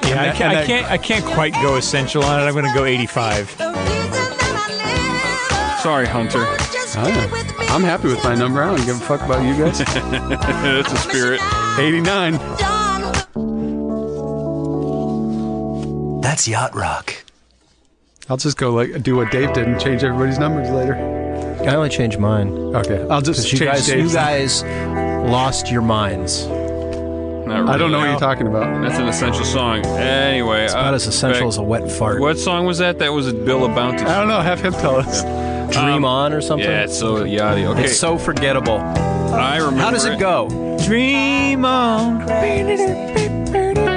[SPEAKER 4] Yeah, I
[SPEAKER 3] And
[SPEAKER 4] can't,
[SPEAKER 3] that-
[SPEAKER 4] I can't. I can't quite go essential on it. I'm going to go 85.
[SPEAKER 2] Sorry, Hunter.
[SPEAKER 3] Yeah. I'm happy with my number. I don't give a fuck about you guys.
[SPEAKER 2] That's a spirit.
[SPEAKER 3] 89.
[SPEAKER 6] That's yacht rock.
[SPEAKER 3] I'll just go like do what Dave did and change everybody's numbers later.
[SPEAKER 5] I only changed mine.
[SPEAKER 3] Okay, I'll just
[SPEAKER 5] But you
[SPEAKER 3] change
[SPEAKER 5] guys, you
[SPEAKER 3] Dave's.
[SPEAKER 5] guys lost your minds.
[SPEAKER 2] Uh, Not
[SPEAKER 3] I don't know what
[SPEAKER 2] really.
[SPEAKER 3] you're talking about.
[SPEAKER 2] That's an essential song. Anyway, uh,
[SPEAKER 5] Not as essential as a wet fart.
[SPEAKER 2] What song was that? That was a Bill of Bounty.
[SPEAKER 3] I don't know. Have him tell us.
[SPEAKER 5] Dream on or something?
[SPEAKER 2] Yeah, it's so yachty. um, Okay,
[SPEAKER 5] It's so forgettable.
[SPEAKER 2] I remember.
[SPEAKER 5] How does it go?
[SPEAKER 4] Dream on.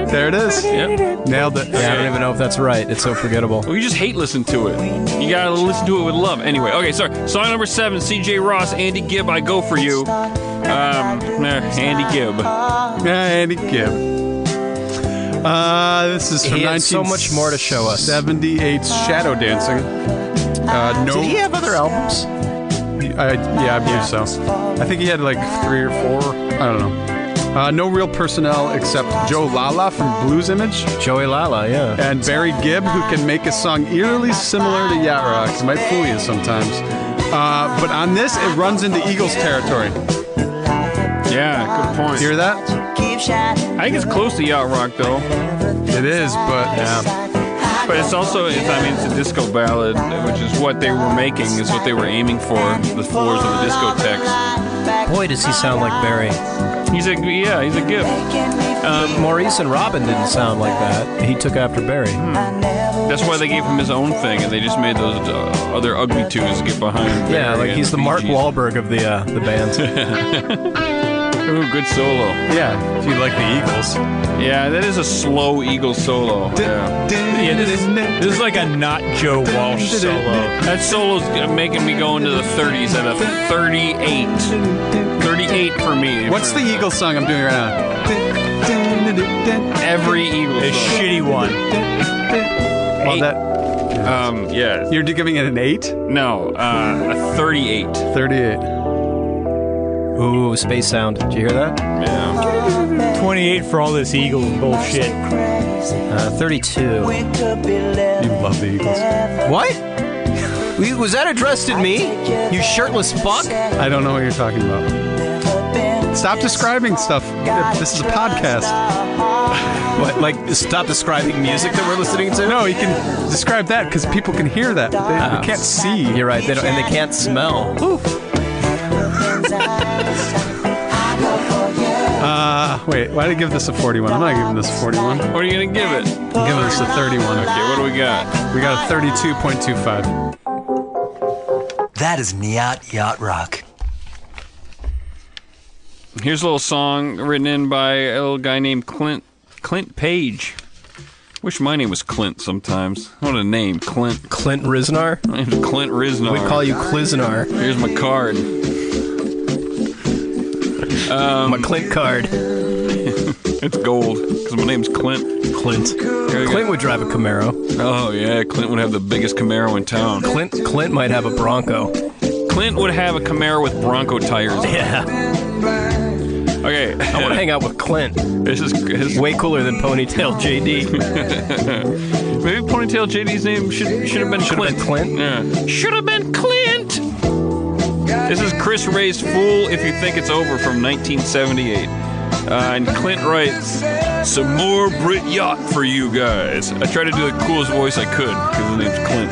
[SPEAKER 3] There it is.
[SPEAKER 2] Yep.
[SPEAKER 3] Nailed it.
[SPEAKER 5] Yeah, I don't even know if that's right. It's so forgettable.
[SPEAKER 2] Well, you just hate listening to it. You gotta listen to it with love. Anyway, okay, sorry. Song number seven, C.J. Ross, Andy Gibb, I Go For You. Um, eh, Andy Gibb.
[SPEAKER 3] Andy Gibb. Uh, this is from
[SPEAKER 5] He had so much more to show us.
[SPEAKER 3] 78 Shadow Dancing. Uh, no,
[SPEAKER 5] Did he have other albums?
[SPEAKER 3] I, yeah, I believe so. I think he had like three or four. I don't know. Uh, no real personnel except Joe Lala from Blues Image
[SPEAKER 5] Joey Lala, yeah.
[SPEAKER 3] and Barry Gibb, who can make a song eerily similar to Yacht Rocks. Might fool you sometimes. Uh, but on this, it runs into Eagles territory.
[SPEAKER 2] Yeah, good point.
[SPEAKER 3] Hear that?
[SPEAKER 2] I think it's close to yacht rock though,
[SPEAKER 3] It is, but
[SPEAKER 2] but it's also it's, I mean it's a disco ballad, which is what they were making, is what they were aiming for, the floors of the discotheques.
[SPEAKER 5] Boy, does he sound like Barry.
[SPEAKER 2] He's a yeah, he's a gift. Um,
[SPEAKER 5] Maurice and Robin didn't sound like that. He took after Barry.
[SPEAKER 2] Hmm. That's why they gave him his own thing, and they just made those uh, other ugly twos get behind.
[SPEAKER 5] Yeah,
[SPEAKER 2] Barry
[SPEAKER 5] like
[SPEAKER 2] and
[SPEAKER 5] he's the
[SPEAKER 2] Bee
[SPEAKER 5] Mark
[SPEAKER 2] Gees.
[SPEAKER 5] Wahlberg of the uh, the band.
[SPEAKER 2] Ooh, good solo.
[SPEAKER 3] yeah, if you like the Eagles.
[SPEAKER 2] Yeah, that is a slow Eagle solo. Yeah.
[SPEAKER 4] Yeah, this is, this is like a not Joe Walsh solo.
[SPEAKER 2] That solo's making me go into the 30s at a 38. 38 for me.
[SPEAKER 3] What's the Eagles song I'm doing right now?
[SPEAKER 2] Every Eagle
[SPEAKER 4] A
[SPEAKER 2] solo.
[SPEAKER 4] shitty one.
[SPEAKER 3] Well, that
[SPEAKER 2] Um, yeah.
[SPEAKER 3] you're giving it an eight,
[SPEAKER 2] No, uh, a 38.
[SPEAKER 3] thirty-eight.
[SPEAKER 5] Ooh, space sound. Did you hear that?
[SPEAKER 2] Yeah.
[SPEAKER 4] 28 for all this Eagle bullshit.
[SPEAKER 5] Uh, 32.
[SPEAKER 3] You love the Eagles.
[SPEAKER 5] What? We- Was that addressed to me? You shirtless fuck?
[SPEAKER 3] I don't know what you're talking about. Stop describing stuff. This is a podcast.
[SPEAKER 5] What, like, stop describing music that we're listening to? Oh.
[SPEAKER 3] No, you can describe that because people can hear that. They, they can't see.
[SPEAKER 5] You're right, they don't, and they can't smell.
[SPEAKER 3] Uh, wait, why did I give this a 41? I'm not giving this a 41. I'm
[SPEAKER 2] What are you going to give it? Okay,
[SPEAKER 3] giving this a 31.
[SPEAKER 2] what do we got?
[SPEAKER 3] We got a 32.25.
[SPEAKER 6] That is Nyat Yacht Rock.
[SPEAKER 2] Here's a little song written in by a little guy named Clint Clint Page. Wish my name was Clint sometimes. What a name, Clint.
[SPEAKER 5] Clint Risnar?
[SPEAKER 2] My name's Clint Riznar.
[SPEAKER 5] We call you Kliznar.
[SPEAKER 2] Here's my card.
[SPEAKER 5] My Clint card.
[SPEAKER 2] It's gold because my name's Clint.
[SPEAKER 5] Clint.
[SPEAKER 2] Here we go.
[SPEAKER 5] Clint would drive a Camaro.
[SPEAKER 2] Oh yeah, Clint would have the biggest Camaro in town.
[SPEAKER 5] Clint Clint might have a Bronco.
[SPEAKER 2] Clint would have a Camaro with Bronco tires.
[SPEAKER 5] Yeah.
[SPEAKER 2] Okay,
[SPEAKER 5] I want to hang out with Clint.
[SPEAKER 2] this is his,
[SPEAKER 5] Way cooler than Ponytail JD.
[SPEAKER 2] maybe ponytail JD's name should should have been
[SPEAKER 5] Should have
[SPEAKER 2] Clint.
[SPEAKER 5] been Clint.
[SPEAKER 2] Yeah. Should have been Clint. This is Chris Ray's "Fool If You Think It's Over" from 1978. Uh, and Clint writes, "Some more Brit yacht for you guys." I tried to do the coolest voice I could because his name's Clint.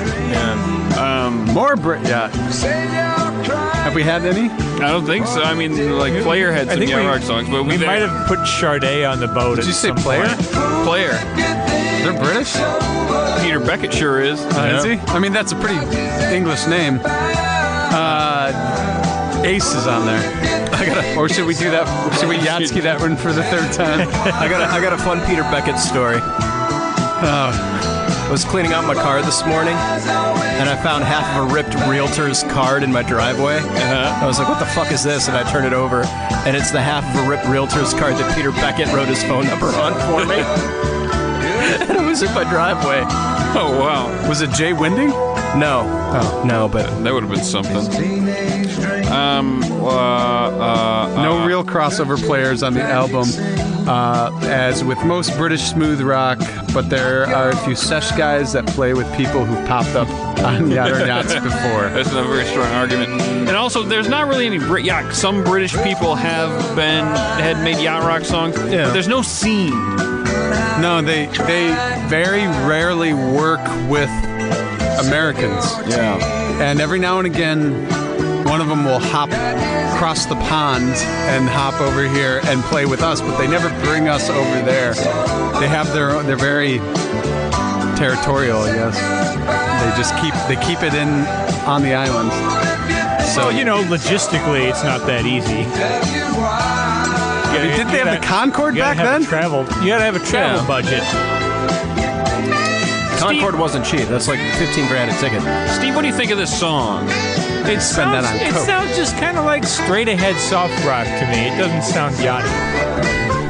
[SPEAKER 3] More Brit, yeah. Have we had any?
[SPEAKER 2] I don't think so. I mean, like Player had some
[SPEAKER 4] think
[SPEAKER 2] Yacht
[SPEAKER 4] we-
[SPEAKER 2] Rock songs, but
[SPEAKER 4] We
[SPEAKER 2] we
[SPEAKER 4] might have put Chardet on the boat.
[SPEAKER 3] Did you say player?
[SPEAKER 2] Player.
[SPEAKER 3] They're British? Uh,
[SPEAKER 2] Peter Beckett sure is.
[SPEAKER 3] Is he? I mean, that's a pretty English name. Uh, Ace is on there. I gotta, or should we do that? Should we Yatsky that one for the third time?
[SPEAKER 5] I got a, I got a fun Peter Beckett story. Oh. I was cleaning out my car this morning, and I found half of a ripped realtor's card in my driveway.
[SPEAKER 2] Uh-huh.
[SPEAKER 5] I was like, "What the fuck is this?" And I turned it over, and it's the half of a ripped realtor's card that Peter Beckett wrote his phone number on for me. and it was in my driveway.
[SPEAKER 2] Oh wow,
[SPEAKER 3] Was it Jay Winding?
[SPEAKER 5] No, Oh, no, but
[SPEAKER 2] that would have been something. Um, uh, uh,
[SPEAKER 3] No real crossover players on the album, uh, as with most British smooth rock, but there are a few sesh guys that play with people who popped up on Yatter Yachts before.
[SPEAKER 2] That's not a very strong argument. And also, there's not really any Brit. Yeah, some British people have been had made yacht rock songs.
[SPEAKER 5] Yeah.
[SPEAKER 2] But there's no scene.
[SPEAKER 3] No, they they very rarely work with Americans,
[SPEAKER 2] Yeah.
[SPEAKER 3] and every now and again, one of them will hop across the pond and hop over here and play with us, but they never bring us over there. They have their own, they're very territorial, I guess. They just keep they keep it in on the island.
[SPEAKER 4] So, you know, logistically, it's not that easy.
[SPEAKER 3] mean, didn't they have the Concorde
[SPEAKER 4] you gotta
[SPEAKER 3] back
[SPEAKER 4] have a
[SPEAKER 3] then?
[SPEAKER 4] Travel, you gotta have a travel
[SPEAKER 5] Yeah.
[SPEAKER 4] budget.
[SPEAKER 5] Concord wasn't cheap. That's like fifteen grand a ticket.
[SPEAKER 2] Steve, what do you think of this song?
[SPEAKER 4] It
[SPEAKER 3] Spend that
[SPEAKER 4] sounds,
[SPEAKER 3] on
[SPEAKER 4] it
[SPEAKER 3] Coke.
[SPEAKER 4] sounds just kind of like straight ahead soft rock to me. It doesn't sound yachty.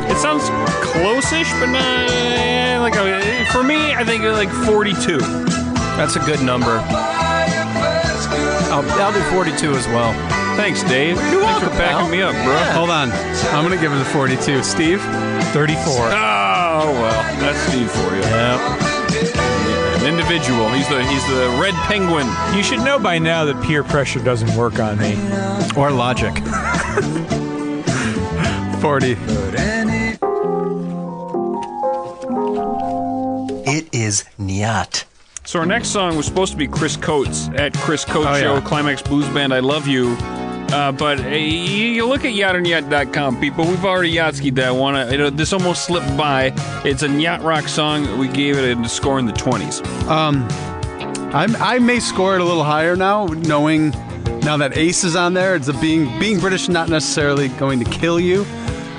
[SPEAKER 2] It sounds close-ish, but not eh, like a, for me. I think like 42.
[SPEAKER 5] That's a good number. I'll, I'll do forty-two as well.
[SPEAKER 2] Thanks, Dave. You're
[SPEAKER 5] welcome,
[SPEAKER 2] Thanks for packing
[SPEAKER 5] pal.
[SPEAKER 2] me up, bro.
[SPEAKER 3] Hold on. I'm going to give it a 42. Steve?
[SPEAKER 4] 34.
[SPEAKER 2] Oh well, that's Steve for you. An individual. He's the he's the red penguin.
[SPEAKER 4] You should know by now that peer pressure doesn't work on me.
[SPEAKER 5] Or logic.
[SPEAKER 3] 40.
[SPEAKER 6] It is Nyat.
[SPEAKER 2] So our next song was supposed to be Chris Coates at Chris Coates
[SPEAKER 3] Oh,
[SPEAKER 2] Show
[SPEAKER 3] yeah.
[SPEAKER 2] Climax Blues Band. I love you. Uh, but uh, you look at yachtonyat.com, people. We've already yatskied that one. Uh, you know, this almost slipped by. It's a yacht rock song. We gave it a score in the 20s.
[SPEAKER 3] I'm, I may score it a little higher now, knowing now that Ace is on there. It's a being being British not necessarily going to kill you.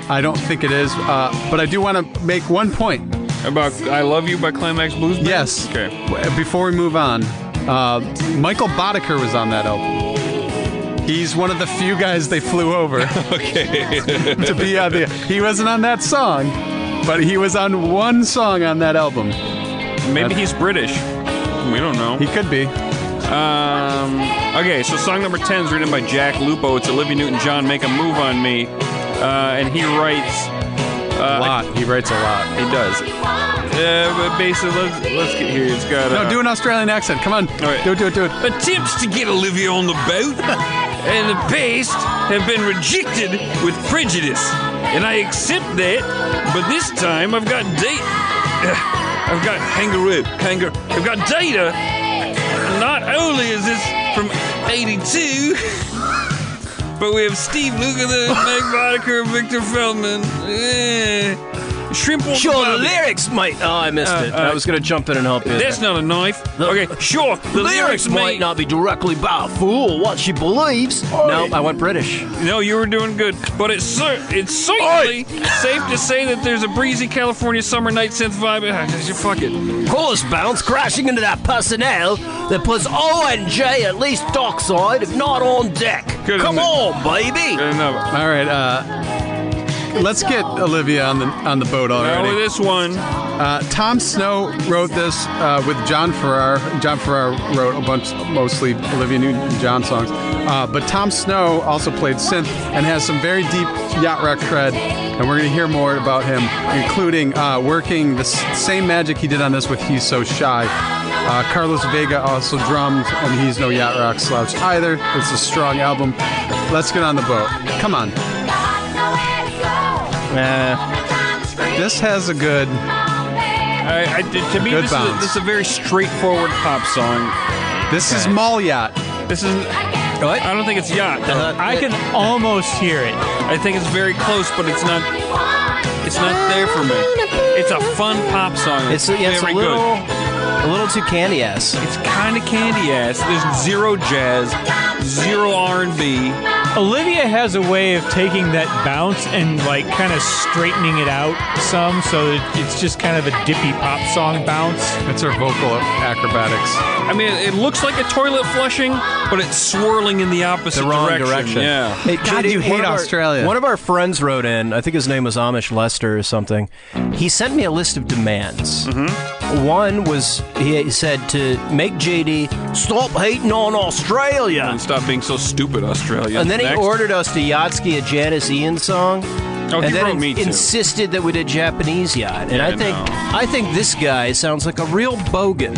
[SPEAKER 3] I don't think it is, uh, but I do want to make one point.
[SPEAKER 2] About I Love You by Climax Blues Band?
[SPEAKER 3] Yes.
[SPEAKER 2] Okay.
[SPEAKER 3] W- Before we move on, uh, Michael Boddicker was on that album. He's one of the few guys they flew over
[SPEAKER 2] Okay.
[SPEAKER 3] to be on the. He wasn't on that song, but he was on one song on that album.
[SPEAKER 2] Maybe he's British. We don't know.
[SPEAKER 3] He could be.
[SPEAKER 2] Um, okay, so song number 10 is written by Jack Lupo. It's Olivia Newton John, Make a Move on Me. Uh, and he writes.
[SPEAKER 3] A lot. He writes a lot.
[SPEAKER 2] He does. Yeah, but basically, let's, let's get here. It's got. Uh,
[SPEAKER 3] No, do an Australian accent. Come on.
[SPEAKER 2] right.
[SPEAKER 3] Do it, do it, do it.
[SPEAKER 2] Attempts to get Olivia on the boat and the paste have been rejected with prejudice. And I accept that, but this time I've got date. I've got kangaroo, kangaroo. I've got data. Not only is this from 82, but we have Steve Lukather, Meg Boddicker, Victor Feldman. Eh. Shrimp on the
[SPEAKER 5] Your
[SPEAKER 2] barbie.
[SPEAKER 5] lyrics, mate. Oh, I missed it.
[SPEAKER 2] uh,
[SPEAKER 5] I was going to jump in and help you.
[SPEAKER 2] That's not a knife. Okay, sure. The lyrics, mate.
[SPEAKER 5] be directly about a fool, what she believes. No, I went British.
[SPEAKER 2] No, you were doing good, but it's cer- it's certainly safe to say that there's a breezy California summer night synth vibe. Ah, Fuck it.
[SPEAKER 5] Horse bounce crashing into that personnel that puts ONJ at least dockside, if not on deck.
[SPEAKER 2] Good,
[SPEAKER 5] Come
[SPEAKER 2] isn't it?
[SPEAKER 5] on, baby.
[SPEAKER 2] Good enough.
[SPEAKER 3] All right, uh, let's get Olivia on the on the boat
[SPEAKER 2] Now with
[SPEAKER 3] already.
[SPEAKER 2] this one,
[SPEAKER 3] Uh, Tom Snow wrote this uh, with John Farrar. John Farrar wrote a bunch, mostly Olivia Newton-John songs, uh, but Tom Snow also played synth and has some very deep yacht rock cred. And we're gonna hear more about him, including uh, working the s- same magic he did on this with "He's So Shy." Uh, Carlos Vega also drummed, and he's no yacht rock slouch either. It's a strong album. Let's get on the boat. Come on.
[SPEAKER 2] Uh,
[SPEAKER 3] This has a good.
[SPEAKER 2] I, I, to me,
[SPEAKER 3] Good
[SPEAKER 2] this is, a,
[SPEAKER 3] bounce.
[SPEAKER 2] this is a very straightforward pop song.
[SPEAKER 3] This is mall yacht.
[SPEAKER 2] This is.
[SPEAKER 5] What?
[SPEAKER 2] I don't think it's yacht.
[SPEAKER 5] Uh-huh. Uh,
[SPEAKER 2] though.
[SPEAKER 4] I can almost hear it.
[SPEAKER 2] I think it's very close, but it's not. It's not there for me. It's a fun pop song.
[SPEAKER 5] It's, yeah, it's a
[SPEAKER 2] very
[SPEAKER 5] little,
[SPEAKER 2] good.
[SPEAKER 5] a little too candy ass.
[SPEAKER 2] It's kind of candy ass. There's zero jazz, zero R and B.
[SPEAKER 4] Olivia has a way of taking that bounce and like kind of straightening it out some, so it, it's just kind of a dippy pop song bounce.
[SPEAKER 3] It's her vocal acrobatics.
[SPEAKER 2] I mean, it looks like a toilet flushing, but it's swirling in the opposite
[SPEAKER 5] the wrong
[SPEAKER 2] direction.
[SPEAKER 5] direction.
[SPEAKER 2] Yeah.
[SPEAKER 5] Hey,
[SPEAKER 3] God,
[SPEAKER 5] JD,
[SPEAKER 3] you hate
[SPEAKER 5] one of our-
[SPEAKER 3] Australia.
[SPEAKER 5] one of our friends wrote in. I think his name was Amish Lester or something. He sent me a list of demands.
[SPEAKER 2] Mm-hmm.
[SPEAKER 5] One was he said to make JD stop hating on Australia.
[SPEAKER 2] And stop being so stupid, Australia.
[SPEAKER 5] And then he
[SPEAKER 2] Next.
[SPEAKER 5] ordered us to Yatsky a Janice Ian song.
[SPEAKER 2] Oh, he
[SPEAKER 5] and then
[SPEAKER 2] wrote
[SPEAKER 5] in-
[SPEAKER 2] me too.
[SPEAKER 5] insisted that we did Japanese yacht. And
[SPEAKER 2] Yeah,
[SPEAKER 5] I think
[SPEAKER 2] no.
[SPEAKER 5] I think this guy sounds like a real bogan.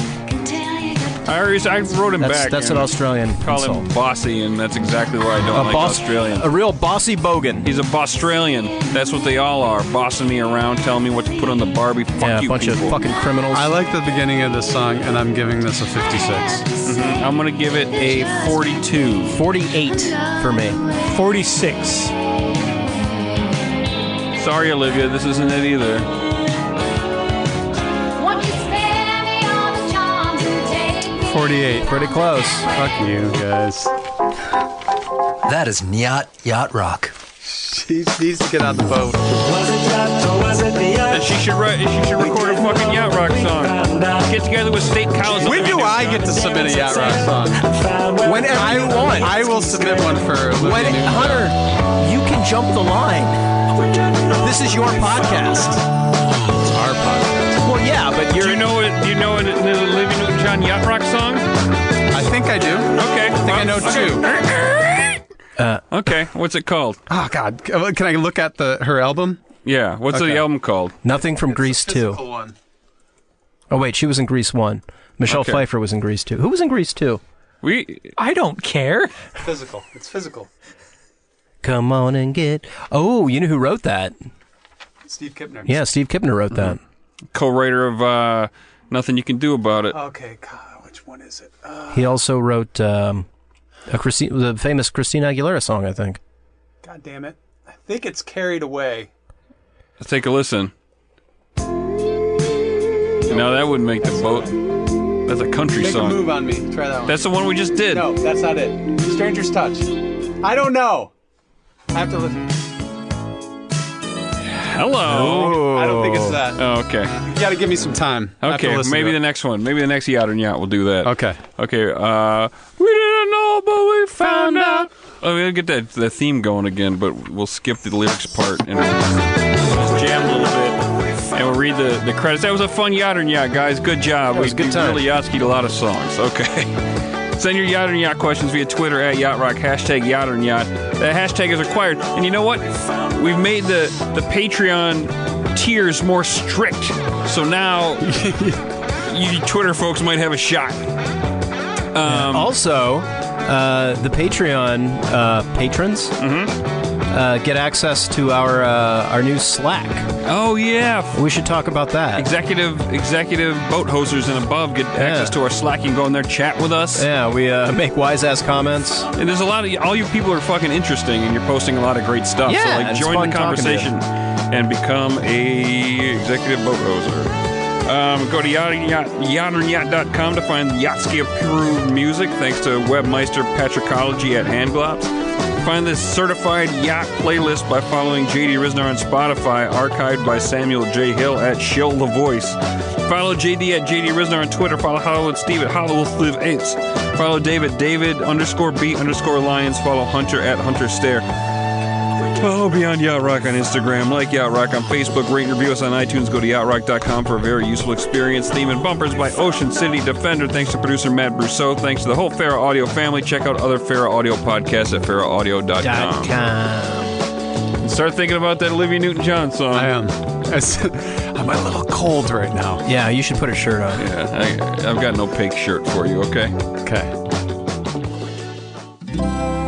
[SPEAKER 2] I, already- I wrote him
[SPEAKER 5] That's
[SPEAKER 2] back.
[SPEAKER 5] that's an
[SPEAKER 2] and
[SPEAKER 5] Australian
[SPEAKER 2] Call him
[SPEAKER 5] insult.
[SPEAKER 2] bossy, and that's exactly why I don't like
[SPEAKER 5] boss-
[SPEAKER 2] Australian.
[SPEAKER 5] a real bossy bogan.
[SPEAKER 2] He's a Australian. That's what they all are. Bossing me around, telling me what to put on the Barbie. Fuck
[SPEAKER 5] yeah,
[SPEAKER 2] you,
[SPEAKER 5] a bunch
[SPEAKER 2] people.
[SPEAKER 5] of fucking criminals.
[SPEAKER 3] I like the beginning of this song, and I'm giving this a 56.
[SPEAKER 2] Mm-hmm. I'm gonna give it a 42.
[SPEAKER 5] 48 for me.
[SPEAKER 4] 46.
[SPEAKER 2] Sorry, Olivia, this isn't it either.
[SPEAKER 1] Won't you spare me all the charms and take me
[SPEAKER 3] 48.
[SPEAKER 5] Pretty close.
[SPEAKER 3] Fuck you guys.
[SPEAKER 6] That is Nyat Yacht Rock.
[SPEAKER 3] She needs to get on the boat.
[SPEAKER 6] Was it yacht or was it
[SPEAKER 2] And
[SPEAKER 6] Nyat?
[SPEAKER 2] she should write. She should record a fucking yacht rock song. Get together with state cows.
[SPEAKER 3] When do I get to submit a yacht rock song?
[SPEAKER 5] Whenever you want.
[SPEAKER 3] I will submit one for Olivia
[SPEAKER 5] When,
[SPEAKER 3] Newton-John.
[SPEAKER 5] Hunter, you can jump the line. This is your podcast.
[SPEAKER 3] It's our podcast.
[SPEAKER 5] Well, yeah, but
[SPEAKER 2] Do
[SPEAKER 5] you're
[SPEAKER 2] you know it? Do you know it? The Olivia Newton-John yacht rock song.
[SPEAKER 3] I think I do.
[SPEAKER 2] Okay. Uh,
[SPEAKER 3] I think I know two.
[SPEAKER 2] Okay, what's it called?
[SPEAKER 3] Oh God, can I look at the her album?
[SPEAKER 2] Yeah, what's
[SPEAKER 3] Okay.
[SPEAKER 2] the album called?
[SPEAKER 5] Nothing from Grease Two.
[SPEAKER 3] Physical one.
[SPEAKER 5] Oh wait, she was in Grease One. Michelle
[SPEAKER 2] Okay.
[SPEAKER 5] Pfeiffer was in Grease Two. Who was in Grease Two?
[SPEAKER 2] We
[SPEAKER 4] I don't care.
[SPEAKER 3] Physical. It's physical.
[SPEAKER 5] Come on and get. Oh, you know who wrote that?
[SPEAKER 3] Steve Kipner.
[SPEAKER 5] Yeah, Steve Kipner wrote that.
[SPEAKER 2] co-writer of uh, Nothing You Can Do About It.
[SPEAKER 3] Okay. God, which one is it? Uh,
[SPEAKER 5] He also wrote um, a Christi- the famous Christina Aguilera song, I think.
[SPEAKER 3] God damn it! I think it's Carried Away.
[SPEAKER 2] Let's take a listen. No, that wouldn't make the boat. That's a country
[SPEAKER 3] Make a
[SPEAKER 2] song.
[SPEAKER 3] move on me. Try that one.
[SPEAKER 2] That's the one we just did.
[SPEAKER 3] no, that's not it. Stranger's Touch. I don't know. I have to listen.
[SPEAKER 2] Hello.
[SPEAKER 3] I don't think it's that.
[SPEAKER 2] Oh, okay.
[SPEAKER 3] You gotta give me some time. I have to
[SPEAKER 2] Okay.
[SPEAKER 3] listen
[SPEAKER 2] Maybe
[SPEAKER 3] to
[SPEAKER 2] the
[SPEAKER 3] it.
[SPEAKER 2] next one. Maybe the next yacht and yacht will do that.
[SPEAKER 3] Okay.
[SPEAKER 2] Okay. Uh, we didn't know, but we found out. Oh, we'll get that the theme going again, but we'll skip the lyrics part and we'll just jam a little bit. And we'll read the, the credits. That was a fun yacht and yacht, guys. Good job.
[SPEAKER 5] was
[SPEAKER 2] we
[SPEAKER 5] a good
[SPEAKER 2] we
[SPEAKER 5] time.
[SPEAKER 2] really yachted a lot of songs. Okay. Send your yacht and yacht questions via Twitter at yacht rock hashtag yacht and yacht. That hashtag is required. And you know what? We've made the the Patreon tiers more strict. So now you Twitter folks might have a shot.
[SPEAKER 5] Also, uh, the Patreon uh, patrons uh, get access to our uh, our new Slack.
[SPEAKER 2] Oh yeah,
[SPEAKER 5] We should talk about that.
[SPEAKER 2] executive executive boat hosers and above get access to our Slack and go in there chat with us.
[SPEAKER 5] Yeah, we uh, make wise ass comments.
[SPEAKER 2] And there's a lot of all you people are fucking interesting, and you're posting a lot of great stuff.
[SPEAKER 5] Yeah,
[SPEAKER 2] so like,
[SPEAKER 5] it's
[SPEAKER 2] join
[SPEAKER 5] fun
[SPEAKER 2] the
[SPEAKER 5] talking to you.
[SPEAKER 2] conversation and become a executive boat hoser. Um, go to yachtandyacht.com to find Yachtsky approved music. Thanks to webmeister Patrickology at Handglops. Find this certified yacht playlist by following JD Risner on Spotify, archived by Samuel J. Hill at Shill the Voice. Follow JD at JD Risner on Twitter. Follow Hollywood Steve at Hollywood Steve Apes. Follow David David underscore beat underscore Lions. Follow Hunter at Hunter Stare. Follow Oh, Beyond Yacht Rock on Instagram, like Yacht Rock on Facebook, rate and review us on iTunes, go to yachtrock.com for a very useful experience. Theme and bumpers by Ocean City Defender. Thanks to producer Matt Brousseau. Thanks to the whole Farah Audio family. Check out other Farah Audio podcasts at
[SPEAKER 5] Dot
[SPEAKER 2] farahaudio.com.
[SPEAKER 5] com.
[SPEAKER 2] Start thinking about that Olivia Newton-John song.
[SPEAKER 3] I uh, am. I'm a little cold right now.
[SPEAKER 5] Yeah, you should put a shirt on.
[SPEAKER 2] yeah, I, I've got no pink shirt for you, okay?
[SPEAKER 3] Okay.